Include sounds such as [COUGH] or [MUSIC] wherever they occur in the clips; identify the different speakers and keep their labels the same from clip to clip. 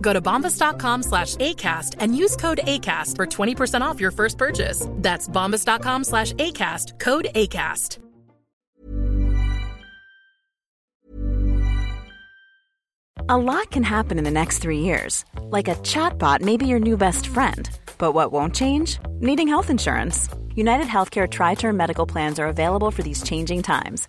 Speaker 1: Go to bombas.com slash ACAST and use code ACAST for 20% off your first purchase. That's bombas.com slash ACAST, code ACAST.
Speaker 2: A lot can happen in the next three years. Like a chatbot may be your new best friend. But what won't change? Needing health insurance. United Healthcare Tri Term Medical Plans are available for these changing times.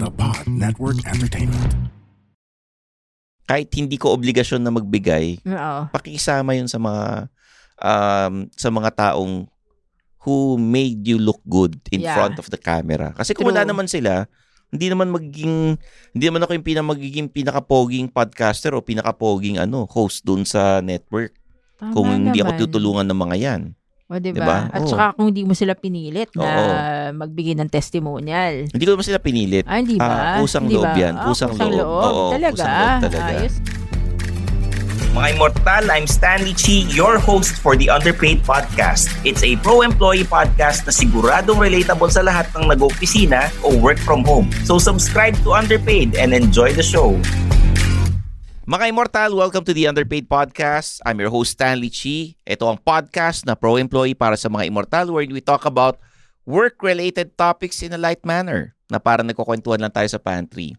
Speaker 3: The Pod Network Entertainment.
Speaker 4: Kahit hindi ko obligasyon na magbigay,
Speaker 5: Oo.
Speaker 4: pakisama yun sa mga um, sa mga taong who made you look good in
Speaker 5: Yeah.
Speaker 4: front of the camera. Kasi kung
Speaker 5: True.
Speaker 4: wala naman sila, hindi naman magiging hindi naman ako yung pinag magiging pinakapoging podcaster o pinakapoging ano host dun sa network
Speaker 5: Tama
Speaker 4: kung hindi
Speaker 5: naman.
Speaker 4: ako tutulungan ng mga yan.
Speaker 5: O, diba?
Speaker 4: Diba?
Speaker 5: At
Speaker 4: Oo.
Speaker 5: saka kung hindi mo sila pinilit na
Speaker 4: Oo.
Speaker 5: magbigay ng testimonial.
Speaker 4: Hindi ko naman sila pinilit.
Speaker 5: Ah, hindi ba?
Speaker 4: Ah, kusang
Speaker 5: Hindi
Speaker 4: loob
Speaker 5: ba?
Speaker 4: yan.
Speaker 5: Ah,
Speaker 4: Kusang loob. Oo,
Speaker 5: talaga.
Speaker 4: kusang loob talaga.
Speaker 5: Ayos.
Speaker 6: Mga Immortal, I'm Stanley Chi, your host for the Underpaid Podcast. It's a pro-employee podcast na siguradong relatable sa lahat ng nag-opisina o work from home. So subscribe to Underpaid and enjoy the show.
Speaker 4: Mga Immortal, welcome to the Underpaid Podcast. I'm your host, Stanley Chi. Ito ang podcast na pro-employee para sa mga Immortal where we talk about work-related topics in a light manner na parang nagkukwentuhan lang tayo sa pantry.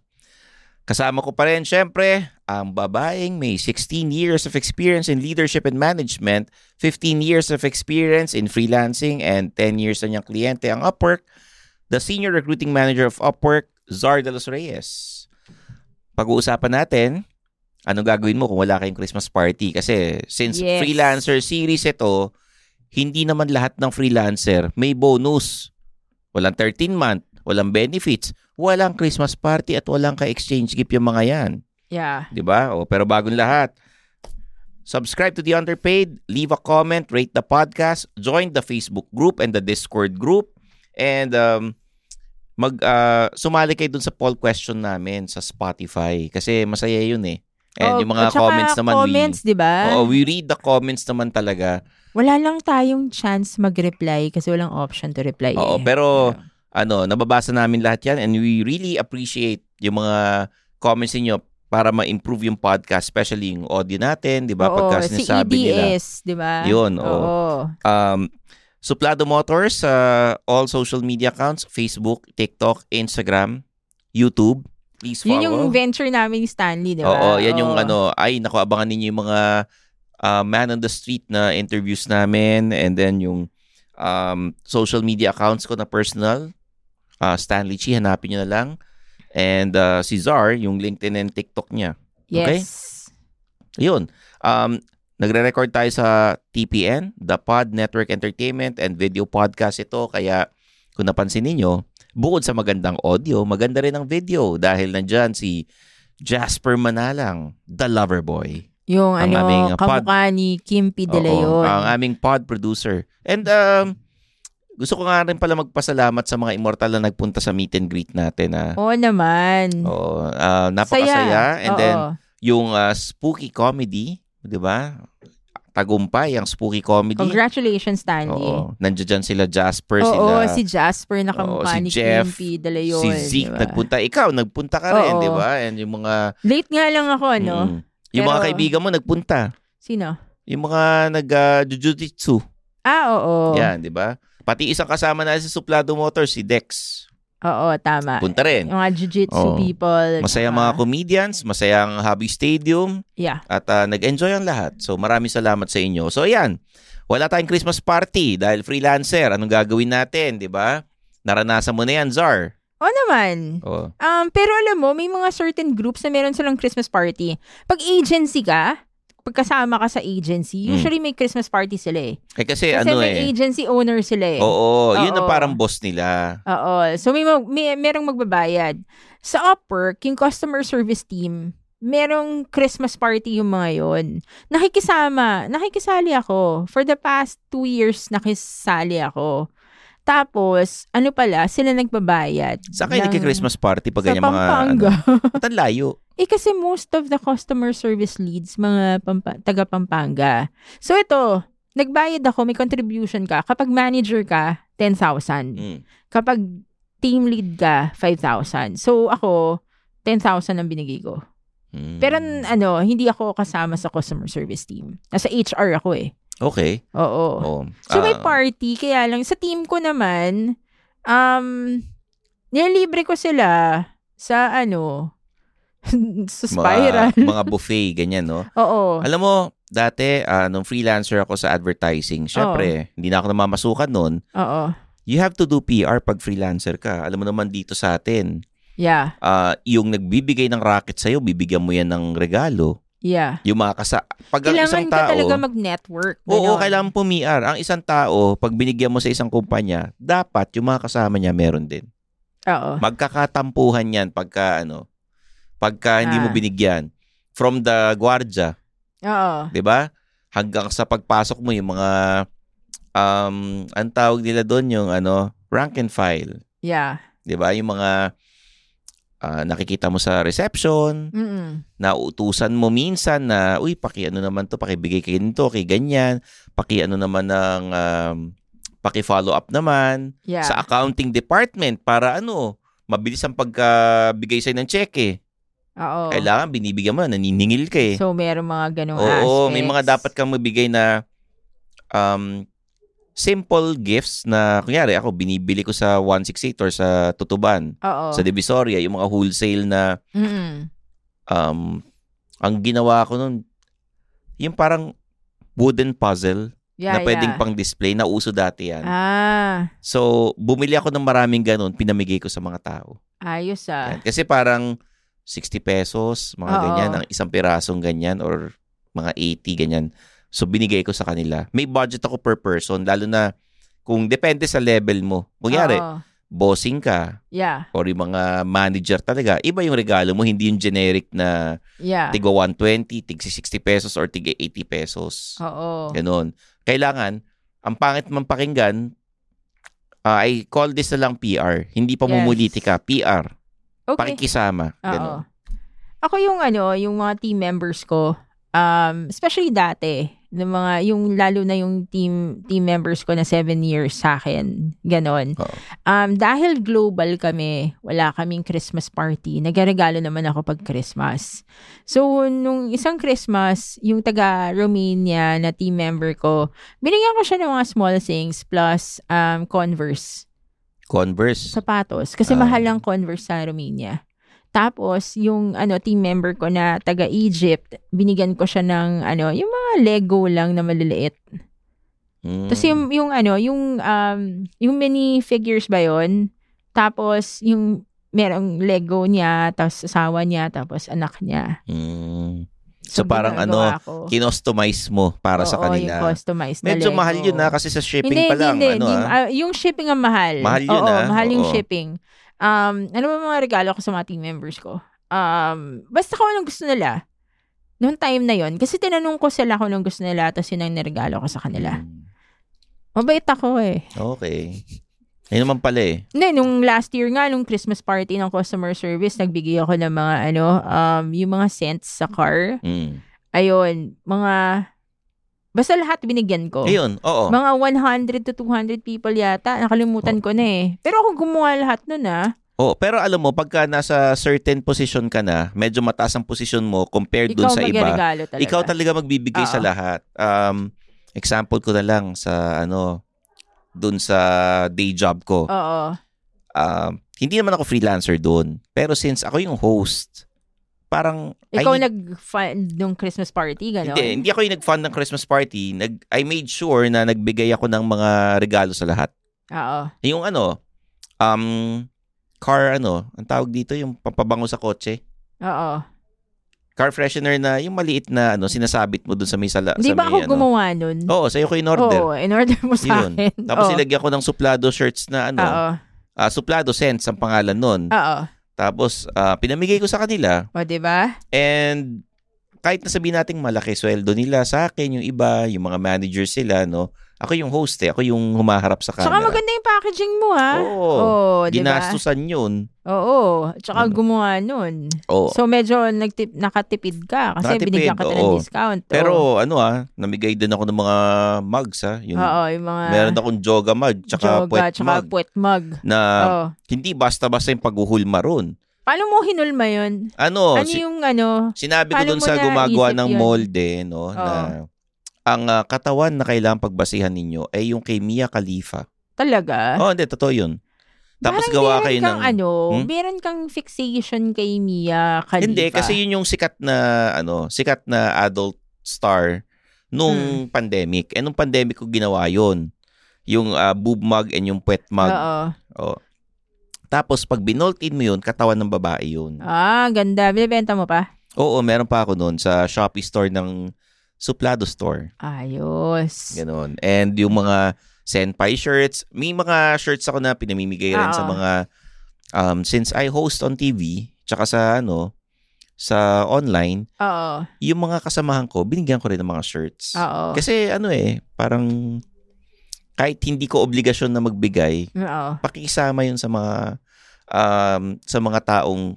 Speaker 4: Kasama ko pa rin, syempre, ang babaeng may 16 years of experience in leadership and management, 15 years of experience in freelancing, and 10 years na niyang kliyente ang Upwork, the Senior Recruiting Manager of Upwork, Zar de los Reyes. Pag-uusapan natin anong gagawin mo kung wala kayong Christmas party? Kasi since
Speaker 5: Yes.
Speaker 4: freelancer series ito, hindi naman lahat ng freelancer may bonus. Walang 13 month, walang benefits, walang Christmas party at walang ka-exchange gift yung mga yan.
Speaker 5: Yeah.
Speaker 4: 'di ba? O pero bagong lahat. Subscribe to the Underpaid, leave a comment, rate the podcast, join the Facebook group and the Discord group and um mag ah, sumali kayo dun sa poll question namin sa Spotify kasi masaya 'yun eh. And
Speaker 5: Oh,
Speaker 4: yung mga
Speaker 5: at saka
Speaker 4: comments naman,
Speaker 5: comments,
Speaker 4: we,
Speaker 5: di ba?
Speaker 4: Oo, we read the comments naman talaga.
Speaker 5: Wala lang tayong chance mag-reply kasi walang option to reply.
Speaker 4: Oo,
Speaker 5: eh.
Speaker 4: pero ano, nababasa namin lahat yan and we really appreciate yung mga comments ninyo para ma-improve yung podcast, especially yung audio natin, di ba?
Speaker 5: Oo,
Speaker 4: Pagka sinasabi
Speaker 5: si E
Speaker 4: nila.
Speaker 5: EDS, di ba?
Speaker 4: Yun, oo.
Speaker 5: oo.
Speaker 4: Um, Suplado Motors, uh, all social media accounts, Facebook, TikTok, Instagram, YouTube. Please follow.
Speaker 5: Yun yung venture namin ni Stanley, di ba?
Speaker 4: Oo, yan yung
Speaker 5: Oo.
Speaker 4: ano, ay naku, abangan ninyo yung mga uh, man on the street na interviews namin and then yung um, social media accounts ko na personal, uh, Stanley Chi, hanapin nyo na lang. And uh, si Zar, yung LinkedIn and TikTok niya. Okay?
Speaker 5: Yes.
Speaker 4: Yun. Um, nagre-record tayo sa TPN, The Pod Network Entertainment and Video Podcast ito. Kaya kung napansin ninyo, bukod sa magandang audio, maganda rin ang video dahil nandyan si Jasper Manalang, The Lover Boy.
Speaker 5: Yung
Speaker 4: Ang
Speaker 5: ano,
Speaker 4: aming, uh, pod-
Speaker 5: kamukha ni Kim P. De
Speaker 4: Oo,
Speaker 5: Leon.
Speaker 4: ang aming pod producer. And um, gusto ko nga rin pala magpasalamat sa mga immortal na nagpunta sa meet and greet natin. Ah.
Speaker 5: Oo naman.
Speaker 4: Oo, ah, napakasaya. And
Speaker 5: Oo.
Speaker 4: then, yung ah, spooky comedy, di ba? Tagumpay ang spooky comedy.
Speaker 5: Congratulations, Stanley.
Speaker 4: Oo. Nandiyan dyan sila Jasper,
Speaker 5: Oo,
Speaker 4: sila
Speaker 5: si Jasper na
Speaker 4: Oo,
Speaker 5: kamukha
Speaker 4: si
Speaker 5: ni
Speaker 4: Jeff,
Speaker 5: Kim P. De Leon.
Speaker 4: si Zeke
Speaker 5: di ba?
Speaker 4: nagpunta. Ikaw, nagpunta ka rin,
Speaker 5: Oo.
Speaker 4: di ba? And yung mga...
Speaker 5: Late nga lang ako, no?
Speaker 4: Mm. yung mga
Speaker 5: Pero-
Speaker 4: kaibigan mo nagpunta.
Speaker 5: Sino?
Speaker 4: Yung mga nag-jujutsu.
Speaker 5: Ah, oo.
Speaker 4: Yan, di ba? Pati isang kasama na sa Suplado Motors, si Dex.
Speaker 5: Oo, tama.
Speaker 4: Punta rin.
Speaker 5: Ah, Yung mga jiu-jitsu
Speaker 4: Oo.
Speaker 5: people.
Speaker 4: Masaya
Speaker 5: tsaka-
Speaker 4: mga comedians, masaya ang Hobby Stadium,
Speaker 5: Yeah.
Speaker 4: at ah, nag-enjoy ang lahat. So maraming salamat sa inyo. So ayan, wala tayong Christmas party dahil freelancer. Anong gagawin natin, di ba? Naranasan mo na yan, Zar.
Speaker 5: Oo naman.
Speaker 4: Oh.
Speaker 5: Um, pero alam mo, may mga certain groups na meron silang Christmas party. Pag agency ka, pagkasama ka sa agency,
Speaker 4: Mm.
Speaker 5: usually may Christmas party sila eh.
Speaker 4: Eh kasi,
Speaker 5: Kasi
Speaker 4: ano
Speaker 5: may
Speaker 4: eh.
Speaker 5: agency owner sila eh.
Speaker 4: Oo, yun ang
Speaker 5: Oo.
Speaker 4: parang boss nila.
Speaker 5: Oo. So may, mag- may merong magbabayad. Sa Upwork, yung customer service team, merong Christmas party yung mga yon. Nakikisama, nakikisali ako. For the past two years, nakisali ako. Tapos, ano pala, sila nagbabayad.
Speaker 4: Sa kayo nagki-Christmas party pag
Speaker 5: Sa
Speaker 4: ganyan mga...
Speaker 5: Pampanga.
Speaker 4: Ano, Ba't ang layo.
Speaker 5: Eh kasi most of the customer service leads, mga pampa- taga Pampanga. So ito, nagbayad ako, may contribution ka. Kapag manager ka, 10,000.
Speaker 4: Mm.
Speaker 5: Kapag team lead ka, 5,000. So ako, 10,000 ang binigay ko.
Speaker 4: Mm.
Speaker 5: Pero n- ano, hindi ako kasama sa customer service team. Nasa HR ako eh.
Speaker 4: Okay.
Speaker 5: [LAUGHS] Oo.
Speaker 4: Oo.
Speaker 5: So may
Speaker 4: Ah,
Speaker 5: party, kaya lang sa team ko naman, um, nilibre ko sila sa ano, [LAUGHS] sa spiral.
Speaker 4: [LAUGHS] Mga, mga buffet, ganyan, no?
Speaker 5: [LAUGHS] Oo.
Speaker 4: Alam mo, dati, ah, nung freelancer ako sa advertising, syempre, hindi na ako namamasukan noon.
Speaker 5: Oo.
Speaker 4: You have to do PR pag freelancer ka. Alam mo naman dito sa atin,
Speaker 5: Yeah.
Speaker 4: ah, yung nagbibigay ng racket sa'yo, bibigyan mo yan ng regalo.
Speaker 5: Yeah.
Speaker 4: Yung mga kasa... Pag ang isang
Speaker 5: Kailangan
Speaker 4: tao...
Speaker 5: ka talaga mag-network.
Speaker 4: Oo,
Speaker 5: ganon.
Speaker 4: kailangan pumiar. Ang isang tao, pag binigyan mo sa isang kumpanya, dapat yung mga kasama niya meron din.
Speaker 5: Oo.
Speaker 4: Magkakatampuhan yan pagka ano, pagka hindi mo
Speaker 5: Ah.
Speaker 4: binigyan. From the gwardya,
Speaker 5: Oo.
Speaker 4: 'di ba? Hanggang sa pagpasok mo yung mga um ang tawag nila doon yung ano, rank and file,
Speaker 5: Yeah.
Speaker 4: 'di ba? Yung mga ah, nakikita mo sa reception,
Speaker 5: Mm-mm.
Speaker 4: nautusan mo minsan na, uy, pakiano naman to, pakibigay kay nito, kay ganyan, pakiano naman ng, um, paki-follow up naman
Speaker 5: Yeah.
Speaker 4: sa accounting department para ano, mabilis ang pagkabigay sa'yo ng cheque.
Speaker 5: Oo.
Speaker 4: Kailangan binibigyan mo na, naniningil ka eh.
Speaker 5: So, meron mga ganong aspects.
Speaker 4: Oo, may mga dapat kang mabigay na um, simple gifts na, kunyari ako, binibili ko sa 168 or sa Tutuban,
Speaker 5: Oo.
Speaker 4: sa Divisoria, yung mga wholesale na
Speaker 5: Mm-mm.
Speaker 4: um, ang ginawa ko nun, yung parang wooden puzzle
Speaker 5: Yeah,
Speaker 4: na pwedeng
Speaker 5: yeah.
Speaker 4: pang display, na uso dati yan.
Speaker 5: Ah.
Speaker 4: So, bumili ako ng maraming ganun, pinamigay ko sa mga tao.
Speaker 5: Ayos ah.
Speaker 4: Yan. Kasi parang 60 pesos, mga
Speaker 5: Oo.
Speaker 4: ganyan, ang isang pirasong ganyan or mga 80 ganyan. So, binigay ko sa kanila. May budget ako per person, lalo na kung depende sa level mo. Kunyari,
Speaker 5: Oo.
Speaker 4: bossing ka
Speaker 5: Yeah.
Speaker 4: or yung mga manager talaga, iba yung regalo mo, hindi yung generic na
Speaker 5: Yeah.
Speaker 4: tigwa 120, tig 60 pesos or tig 80 pesos.
Speaker 5: Oo.
Speaker 4: Ganon. Kailangan, ang pangit man pakinggan, ah, I call this na lang PR. Hindi pamumuliti
Speaker 5: Yes.
Speaker 4: ka, PR.
Speaker 5: Okay.
Speaker 4: Pakikisama.
Speaker 5: Oo.
Speaker 4: Ganon.
Speaker 5: Ako yung ano, yung mga team members ko, um, especially dati, ng mga, yung lalo na yung team, team members ko na seven years sa akin, ganon.
Speaker 4: Oo.
Speaker 5: Um, dahil global kami, wala kaming Christmas party, nagregalo naman ako pag Christmas. So, nung isang Christmas, yung taga Romania na team member ko, binigyan ko siya ng mga small things plus um, Converse
Speaker 4: Converse.
Speaker 5: sapatos kasi
Speaker 4: Ah.
Speaker 5: mahal ang Converse sa Romania. Tapos yung ano team member ko na taga Egypt, binigyan ko siya ng ano, yung mga Lego lang na maliliit.
Speaker 4: Mm.
Speaker 5: Tapos yung yung ano, yung um yung mini figures ba 'yon? Tapos yung merong Lego niya, tapos asawa niya, tapos anak niya.
Speaker 4: Mm. So, parang ano,
Speaker 5: ginagawa ko.
Speaker 4: Kinostomize mo para Ah, sa
Speaker 5: Oo,
Speaker 4: kanila.
Speaker 5: Yung customized na
Speaker 4: Medyo
Speaker 5: Lego.
Speaker 4: mahal yun na kasi sa shipping
Speaker 5: hindi,
Speaker 4: pa lang.
Speaker 5: Hindi,
Speaker 4: ano,
Speaker 5: hindi.
Speaker 4: ah.
Speaker 5: Ah, yung shipping ang mahal.
Speaker 4: Mahal yun,
Speaker 5: Oo,
Speaker 4: ah.
Speaker 5: mahal yung
Speaker 4: Oo.
Speaker 5: shipping. Um, ano ba mga regalo ko sa mga team members ko? Um, basta kung anong gusto nila. Noong time na yon kasi tinanong ko sila kung anong gusto nila, tapos yun ang niregalo ko sa kanila.
Speaker 4: Mm.
Speaker 5: Mabait ako eh.
Speaker 4: Okay. Ayun naman pala eh.
Speaker 5: Hindi, nung last year nga, nung Christmas party ng customer service, nagbigay ako ng mga ano, um, yung mga scents sa car.
Speaker 4: Mm.
Speaker 5: Ayun, mga, basta lahat binigyan ko.
Speaker 4: Ayun, oo.
Speaker 5: Oh. Mga 100 to 200 people yata.
Speaker 4: Oh.
Speaker 5: Nakalimutan ko na eh. Pero ako gumawa lahat nun ah.
Speaker 4: Oo, pero alam mo, pagka nasa certain position ka na, medyo mataas ang position mo compared dun
Speaker 5: Ikaw
Speaker 4: sa iba.
Speaker 5: magregalo talaga.
Speaker 4: Ikaw talaga magbibigay sa
Speaker 5: Oo.
Speaker 4: lahat. Um, example ko na lang sa ano, dun sa day job ko.
Speaker 5: Oo.
Speaker 4: Um, hindi naman ako freelancer dun. Pero since ako yung host, parang... I
Speaker 5: Ikaw
Speaker 4: need-
Speaker 5: nag-fund nung Christmas party, gano'n?
Speaker 4: Hindi, hindi ako yung nag-fund ng Christmas party. Nag, I made sure na nagbigay ako ng mga regalo sa lahat.
Speaker 5: Oo.
Speaker 4: Yung ano, um, car ano, ang tawag dito, yung pampabango sa kotse.
Speaker 5: Oo.
Speaker 4: Car freshener na, yung maliit na ano, sinasabit mo dun sa may sala.
Speaker 5: Hindi
Speaker 4: sa
Speaker 5: ba
Speaker 4: may,
Speaker 5: ako
Speaker 4: ano.
Speaker 5: gumawa nun?
Speaker 4: Oo, sa'yo ko in order.
Speaker 5: Oo, in order mo sa
Speaker 4: Yun.
Speaker 5: akin.
Speaker 4: Tapos
Speaker 5: Oo.
Speaker 4: ilagyan ko ng suplado shirts na ano,
Speaker 5: Oo. Ah.
Speaker 4: ah, suplado scents ang pangalan nun.
Speaker 5: Oo.
Speaker 4: Tapos ah, pinamigay ko sa kanila
Speaker 5: O, diba?
Speaker 4: and kahit na sabihin nating malaki sweldo nila sa akin, yung iba, yung mga managers sila, no? Ako yung host eh. Ako yung humaharap sa
Speaker 5: Tsaka
Speaker 4: camera.
Speaker 5: maganda yung packaging mo ha.
Speaker 4: Oo.
Speaker 5: Oo, diba?
Speaker 4: Ginastusan yun.
Speaker 5: Oo. Tsaka
Speaker 4: Ano?
Speaker 5: gumawa nun.
Speaker 4: Oo.
Speaker 5: So medyo nagtip, nakatipid ka kasi
Speaker 4: Nakatipid,
Speaker 5: binigyan ka ta ng
Speaker 4: oo.
Speaker 5: discount. oh. Oo.
Speaker 4: Pero ano ah, namigay din ako ng mga mugs ah. Yung,
Speaker 5: Oo, yung mga
Speaker 4: meron akong joga mug, tsaka
Speaker 5: joga,
Speaker 4: puwet
Speaker 5: tsaka
Speaker 4: mug.
Speaker 5: puwet mug.
Speaker 4: na
Speaker 5: Oo.
Speaker 4: hindi basta-basta yung paghuhulma ron.
Speaker 5: Paano mo hinulma yun?
Speaker 4: Ano,
Speaker 5: ano
Speaker 4: si-
Speaker 5: yung ano?
Speaker 4: sinabi ko
Speaker 5: paano
Speaker 4: dun
Speaker 5: mo
Speaker 4: sa
Speaker 5: naisip
Speaker 4: gumagawa ng
Speaker 5: yun?
Speaker 4: molde, no,
Speaker 5: Oo.
Speaker 4: na ang ah, katawan na kailangan pagbasihan ninyo ay yung kay Mia Khalifa.
Speaker 5: Talaga?
Speaker 4: Oh, hindi, totoo yun. Tapos
Speaker 5: Ah. Parang
Speaker 4: gawa
Speaker 5: meron
Speaker 4: kayo
Speaker 5: kang
Speaker 4: ng...
Speaker 5: ano,
Speaker 4: Hmm?
Speaker 5: meron kang fixation kay Mia Khalifa.
Speaker 4: Hindi, kasi yun yung sikat na, ano, sikat na adult star
Speaker 5: Hmm.
Speaker 4: nung pandemic. Eh, nung pandemic ko ginawa yun. Yung ah, boob mug and yung puwet mug. Oh.
Speaker 5: Oo.
Speaker 4: Tapos pag binoltin mo yun, katawan ng babae yun.
Speaker 5: Ah, ganda. Binibenta mo pa?
Speaker 4: Oo, meron pa ako noon sa Shopee store ng Suplado store.
Speaker 5: Ayos.
Speaker 4: Ganon. And yung mga senpai shirts. May mga shirts ako na pinamimigay rin
Speaker 5: Oo.
Speaker 4: sa mga um, since I host on TV tsaka sa ano sa online,
Speaker 5: Oo.
Speaker 4: yung mga kasamahan ko, binigyan ko rin ng mga shirts.
Speaker 5: Oo.
Speaker 4: Kasi ano eh, parang kahit hindi ko obligasyon na magbigay,
Speaker 5: Oo.
Speaker 4: pakisama yun sa mga um, sa mga taong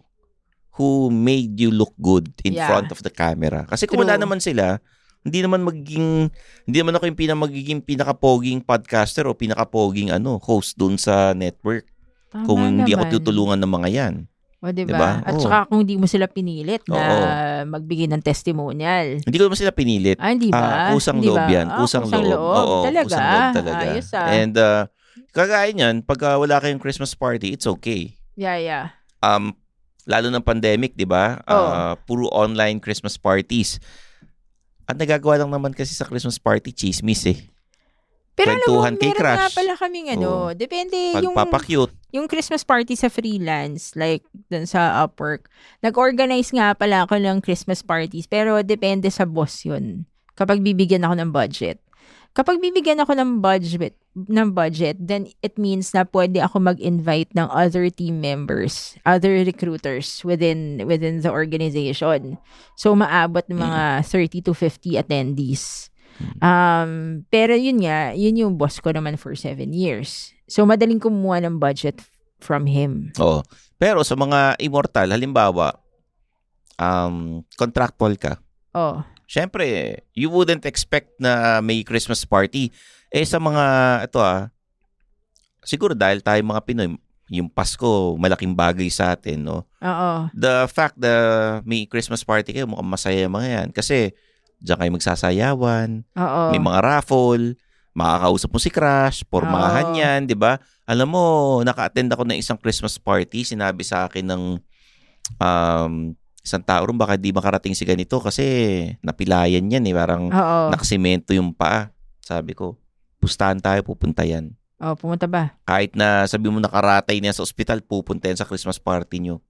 Speaker 4: who made you look good in
Speaker 5: Yeah.
Speaker 4: front of the camera. Kasi kung wala
Speaker 5: True.
Speaker 4: naman sila, hindi naman magiging hindi naman ako yung pinaka magiging pinakapoging podcaster o pinakapoging ano host doon sa network
Speaker 5: Tama
Speaker 4: kung hindi
Speaker 5: naman.
Speaker 4: ako tutulungan ng mga 'yan.
Speaker 5: O, diba?
Speaker 4: Diba?
Speaker 5: At
Speaker 4: Oo.
Speaker 5: saka kung hindi mo sila pinilit na
Speaker 4: Oo.
Speaker 5: magbigay ng testimonial.
Speaker 4: Hindi ko naman sila pinilit.
Speaker 5: Ah, hindi ba?
Speaker 4: Ah, kusang
Speaker 5: Hindi
Speaker 4: loob
Speaker 5: ba?
Speaker 4: yan.
Speaker 5: Ah,
Speaker 4: Kusang, loob. Oo,
Speaker 5: talaga.
Speaker 4: kusang loob talaga.
Speaker 5: Ayos ah.
Speaker 4: And uh, kagaya niyan, pagka wala kayong Christmas party, it's okay.
Speaker 5: yeah, yeah.
Speaker 4: um lalo ng pandemic, 'di ba? Ah, puro online Christmas parties. Ang nagagawa lang naman kasi sa Christmas party, chismis eh.
Speaker 5: Pero alam mo,
Speaker 4: Kwentuhan
Speaker 5: meron
Speaker 4: kay Crush.
Speaker 5: nga pala kaming ano, depende yung
Speaker 4: Pagpapakyut.
Speaker 5: yung Christmas party sa freelance, like dun sa Upwork. Nag-organize nga pala ako ng Christmas parties, pero depende sa boss yun. Kapag bibigyan ako ng budget. Kapag bibigyan ako ng budget, ng budget, then it means na pwede ako mag-invite ng other team members, other recruiters within within the organization. So maabot ng mga 30 to 50 attendees. Um, pero yun nga, yun yung boss ko naman for seven years. So madaling kumuha ng budget f- from him.
Speaker 4: Oo. Pero sa mga immortal, halimbawa, um, contractual ka,
Speaker 5: Oh.
Speaker 4: Siyempre, you wouldn't expect na may Christmas party. Eh sa mga, ito ah, siguro dahil tayo mga Pinoy, yung Pasko, malaking bagay sa atin, no?
Speaker 5: Oo.
Speaker 4: The fact na may Christmas party kayo, mukhang masaya yung mga yan. Kasi, diyan kayo magsasayawan,
Speaker 5: Oo.
Speaker 4: may mga raffle, makakausap mo si Crush, pormahan
Speaker 5: Oo.
Speaker 4: yan, di ba? Alam mo, naka-attend ako ng isang Christmas party, sinabi sa akin ng um, isang tao rin, baka di makarating si ganito kasi napilayan yan eh, parang
Speaker 5: Oo.
Speaker 4: nakasimento yung paa. Sabi ko, pustahan tayo, pupunta yan.
Speaker 5: Oh, pumunta ba?
Speaker 4: Kahit na sabi mo nakaratay niya sa ospital, pupunta yan sa Christmas party niyo.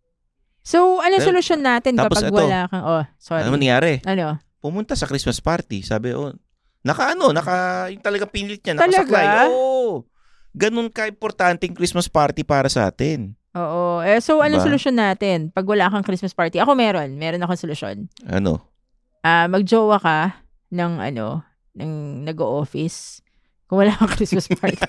Speaker 5: So, anong
Speaker 4: Then-
Speaker 5: solusyon natin
Speaker 4: tapos
Speaker 5: kapag
Speaker 4: ito.
Speaker 5: wala kang... Oh, sorry.
Speaker 4: Ano nangyari?
Speaker 5: Ano?
Speaker 4: Pumunta sa Christmas party. Sabi, oh, naka ano, naka, yung talaga pinilit niya,
Speaker 5: Talaga?
Speaker 4: nakasaklay. Oo. Ganun ka-importante yung Christmas party para sa atin.
Speaker 5: Oo. Eh, so, anong
Speaker 4: Diba?
Speaker 5: solusyon natin pag wala kang Christmas party? Ako meron. Meron akong solusyon.
Speaker 4: Ano?
Speaker 5: Ah, magjowa ka ng ano, ng nag-o-office. Kung wala kang Christmas party.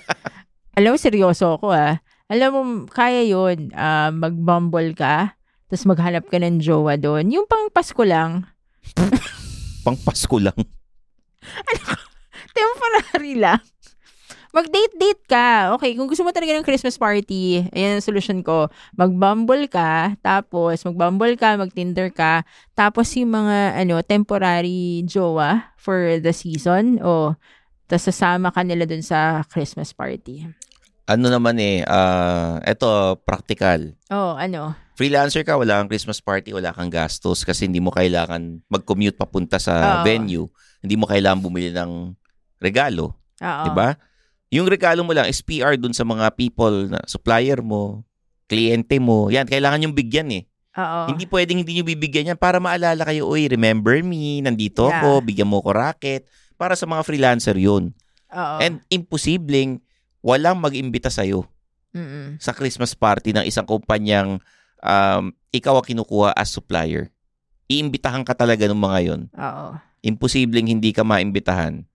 Speaker 5: Alam mo, seryoso ako ah. Alam mo, kaya yun. Ah, mag-bumble ka, tapos maghanap ka ng jowa doon. Yung pang Pasko lang,
Speaker 4: Pang Pasko lang. [LAUGHS]
Speaker 5: [LAUGHS] temporary lang. Mag-date-date ka. Okay, kung gusto mo talaga ng Christmas party, ayan ang solusyon ko. Mag-bumble ka, tapos mag-bumble ka, mag-tinder ka, tapos yung mga ano, temporary jowa for the season, o tapos sasama ka nila dun sa Christmas party.
Speaker 4: Ano naman eh, ah, eto, practical.
Speaker 5: Oh, ano?
Speaker 4: Freelancer ka, wala kang Christmas party, wala kang gastos kasi hindi mo kailangan mag-commute papunta sa
Speaker 5: Oo.
Speaker 4: venue. Hindi mo kailangan bumili ng regalo,
Speaker 5: Oo.
Speaker 4: 'di ba? Yung regalo mo lang is PR dun sa mga people na supplier mo, kliyente mo. Yan, kailangan yung bigyan eh.
Speaker 5: Oo.
Speaker 4: Hindi pwedeng hindi nyo bibigyan yan para maalala kayo, uy, remember me, nandito
Speaker 5: Yeah.
Speaker 4: ako, bigyan mo ko racket. Para sa mga freelancer yun.
Speaker 5: Oo.
Speaker 4: And imposibleng walang mag-imbita sa'yo
Speaker 5: Mm-mm.
Speaker 4: sa Christmas party ng isang kumpanyang um, ikaw ang kinukuha as supplier. Iimbitahan ka talaga ng mga yon.
Speaker 5: Oo.
Speaker 4: Imposibleng hindi ka maimbitahan.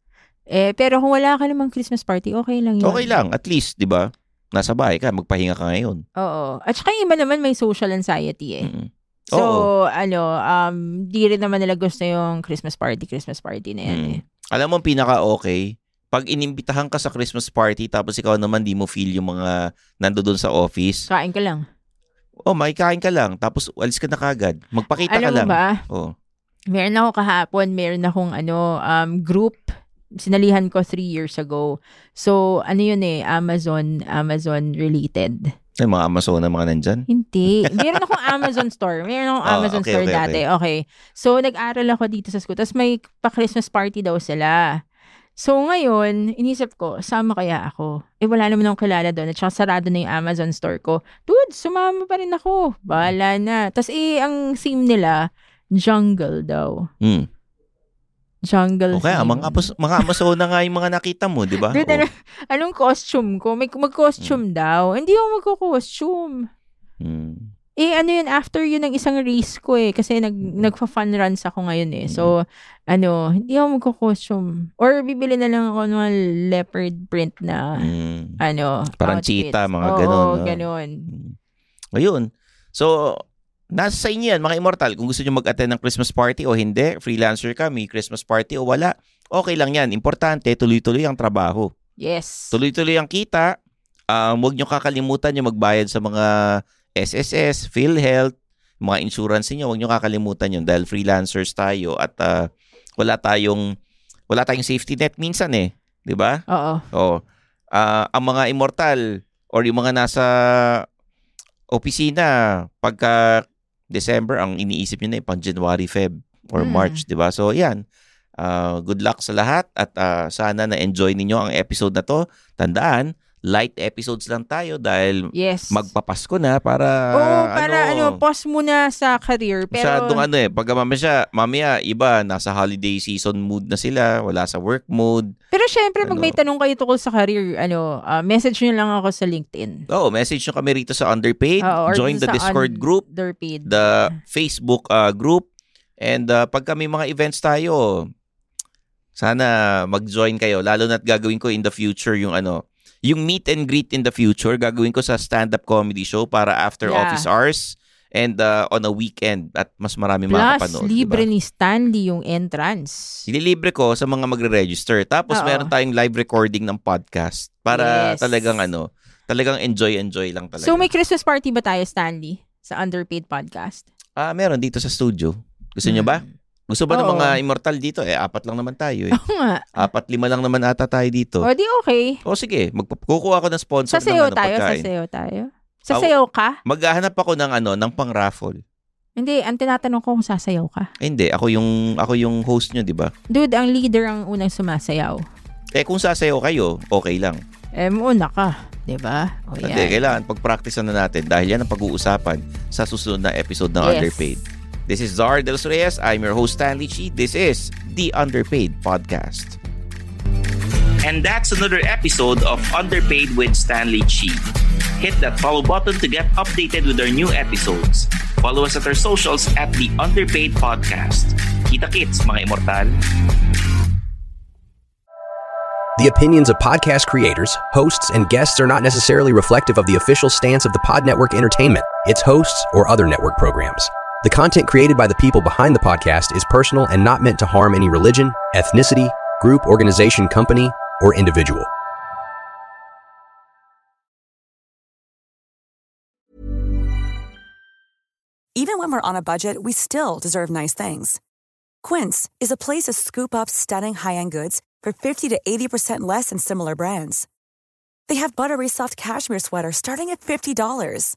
Speaker 5: Eh, pero kung wala ka namang Christmas party, okay lang yun.
Speaker 4: Okay lang, at least, di ba? Nasa bahay ka, magpahinga ka ngayon.
Speaker 5: Oo. At saka yung iba naman may social anxiety eh.
Speaker 4: Mm-mm.
Speaker 5: So,
Speaker 4: Oo.
Speaker 5: ano, um, di rin naman nila gusto yung Christmas party, Christmas party na yan
Speaker 4: Mm.
Speaker 5: eh.
Speaker 4: Alam mo, ang pinaka-okay, pag inimbitahan ka sa Christmas party, tapos ikaw naman di mo feel yung mga nandoon sa office,
Speaker 5: Kain ka lang.
Speaker 4: oh, makikain ka lang, tapos alis ka na kagad. Magpakita
Speaker 5: Alam
Speaker 4: ka lang.
Speaker 5: mo ba,
Speaker 4: Oh.
Speaker 5: meron ako kahapon, meron akong ano, um, group sinalihan ko three years ago. So, ano yun eh, Amazon, Amazon related.
Speaker 4: Ay, mga Amazon na mga nandyan.
Speaker 5: Hindi. Meron akong
Speaker 4: [LAUGHS]
Speaker 5: Amazon store. Meron akong
Speaker 4: Ah,
Speaker 5: Amazon
Speaker 4: okay,
Speaker 5: store
Speaker 4: okay,
Speaker 5: dati. Okay. So, nag-aral ako dito sa school. Tapos may pa-Christmas party daw sila. So, ngayon, inisip ko, sama kaya ako? Eh, wala naman akong kilala doon. At saka sarado na yung Amazon store ko. Dude, sumama pa rin ako. Bahala na. Tapos, eh, ang theme nila, jungle daw.
Speaker 4: Hmm.
Speaker 5: Jungle
Speaker 4: Okay,
Speaker 5: theme.
Speaker 4: mga, Amaz- mga Amazon na nga yung mga nakita mo, di ba?
Speaker 5: [LAUGHS] Dude,
Speaker 4: Oh.
Speaker 5: ano- anong costume ko? May mag-costume daw. Hindi ako magko-costume.
Speaker 4: Hmm.
Speaker 5: Eh, ano yun, after yun ng isang race ko eh. Kasi nag,
Speaker 4: Mm.
Speaker 5: nagpa-fun runs ako ngayon eh. So, ano, hindi ako magko-costume. Or bibili na lang ako ng mga leopard print na,
Speaker 4: Hmm.
Speaker 5: ano,
Speaker 4: Parang
Speaker 5: outfits.
Speaker 4: cheetah, mga
Speaker 5: Oo,
Speaker 4: ganun,
Speaker 5: Oo,
Speaker 4: no?
Speaker 5: ganun.
Speaker 4: Ayun. So, nasa sa inyo yan, mga immortal. Kung gusto nyo mag-attend ng Christmas party o hindi, freelancer ka, may Christmas party o wala, okay lang yan. Importante, tuloy-tuloy ang trabaho.
Speaker 5: Yes.
Speaker 4: Tuloy-tuloy ang kita. Um, huwag nyo kakalimutan yung magbayad sa mga SSS, PhilHealth, mga insurance niyo, huwag nyo kakalimutan yun dahil freelancers tayo at ah, wala tayong wala tayong safety net minsan eh, 'di ba?
Speaker 5: Oo.
Speaker 4: Oh. Ah, ang mga immortal or yung mga nasa opisina pagka December ang iniisip niyo na eh, pang January, Feb or
Speaker 5: Mm.
Speaker 4: March, 'di ba? So 'yan. Ah, good luck sa lahat at ah, sana na-enjoy ninyo ang episode na 'to. Tandaan, light episodes lang tayo dahil
Speaker 5: Yes.
Speaker 4: magpapasko na para
Speaker 5: Oo, para ano, pause muna sa career. Pero,
Speaker 4: Ah, Masyadong ano eh, pagka mamaya, mamaya iba, nasa holiday season mood na sila, wala sa work mode,
Speaker 5: pero syempre, pag
Speaker 4: ano.
Speaker 5: may tanong kayo tungkol sa career, ano, ah, message nyo lang ako sa LinkedIn.
Speaker 4: Oo, Oh, message nyo kami rito sa Underpaid.
Speaker 5: Oo, or
Speaker 4: Join
Speaker 5: dun
Speaker 4: the
Speaker 5: sa
Speaker 4: Discord group,
Speaker 5: Underpaid.
Speaker 4: the Facebook uh, group. And uh, pag kami mga events tayo, sana mag-join kayo. Lalo na't gagawin ko in the future yung ano, yung meet and greet in the future, gagawin ko sa stand-up comedy show para after
Speaker 5: Yeah.
Speaker 4: office hours. and uh, on a weekend at mas marami
Speaker 5: Plus,
Speaker 4: makakapanood.
Speaker 5: libre
Speaker 4: diba?
Speaker 5: ni Stanley yung entrance.
Speaker 4: Nililibre ko sa mga magre-register. Tapos
Speaker 5: Oo.
Speaker 4: meron tayong live recording ng podcast para
Speaker 5: Yes.
Speaker 4: talagang ano, talagang enjoy-enjoy lang talaga.
Speaker 5: So may Christmas party ba tayo, Stanley? Sa Underpaid Podcast?
Speaker 4: Ah, meron dito sa studio. Gusto niyo ba? Gusto ba ng
Speaker 5: Mm. Oo.
Speaker 4: mga immortal dito? Eh, apat lang naman tayo
Speaker 5: [LAUGHS]
Speaker 4: eh.
Speaker 5: [LAUGHS] Oo nga.
Speaker 4: apat, lima lang naman ata tayo dito.
Speaker 5: O di okay.
Speaker 4: O sige, magkukuha ako ng sponsor ng
Speaker 5: Sasayaw
Speaker 4: ano,
Speaker 5: tayo,
Speaker 4: pagkain.
Speaker 5: sasayaw tayo.
Speaker 4: Ah,
Speaker 5: Sasayaw ka?
Speaker 4: Maghahanap ako ng ano, ng pang-raffle.
Speaker 5: Hindi, ang tinatanong ko kung sasayaw ka.
Speaker 4: Eh, hindi, ako yung ako yung host niyo, 'di ba?
Speaker 5: Dude, ang leader ang unang sumasayaw.
Speaker 4: Eh kung sasayaw kayo, okay lang.
Speaker 5: Eh, mauna ka. 'di ba? O
Speaker 4: Hindi,
Speaker 5: yan.
Speaker 4: kailangan pag-practice na natin dahil yan ang pag-uusapan sa susunod na episode ng
Speaker 5: Yes.
Speaker 4: Underpaid. This is Zar Del Reyes. I'm your host, Stanley Chi. This is The Underpaid Podcast.
Speaker 7: And that's another episode of Underpaid with Stanley Chi. Hit that follow button to get updated with our new episodes. Follow us at our socials at the Underpaid Podcast. Kita kits, mga immortal.
Speaker 6: The opinions of podcast creators, hosts, and guests are not necessarily reflective of the official stance of the Pod Network Entertainment, its hosts, or other network programs. The content created by the people behind the podcast is personal and not meant to harm any religion, ethnicity, group, organization, company, or individual.
Speaker 2: Even when we're on a budget, we still deserve nice things. Quince is a place to scoop up stunning high end goods for 50 to 80% less than similar brands. They have buttery soft cashmere sweaters starting at $50,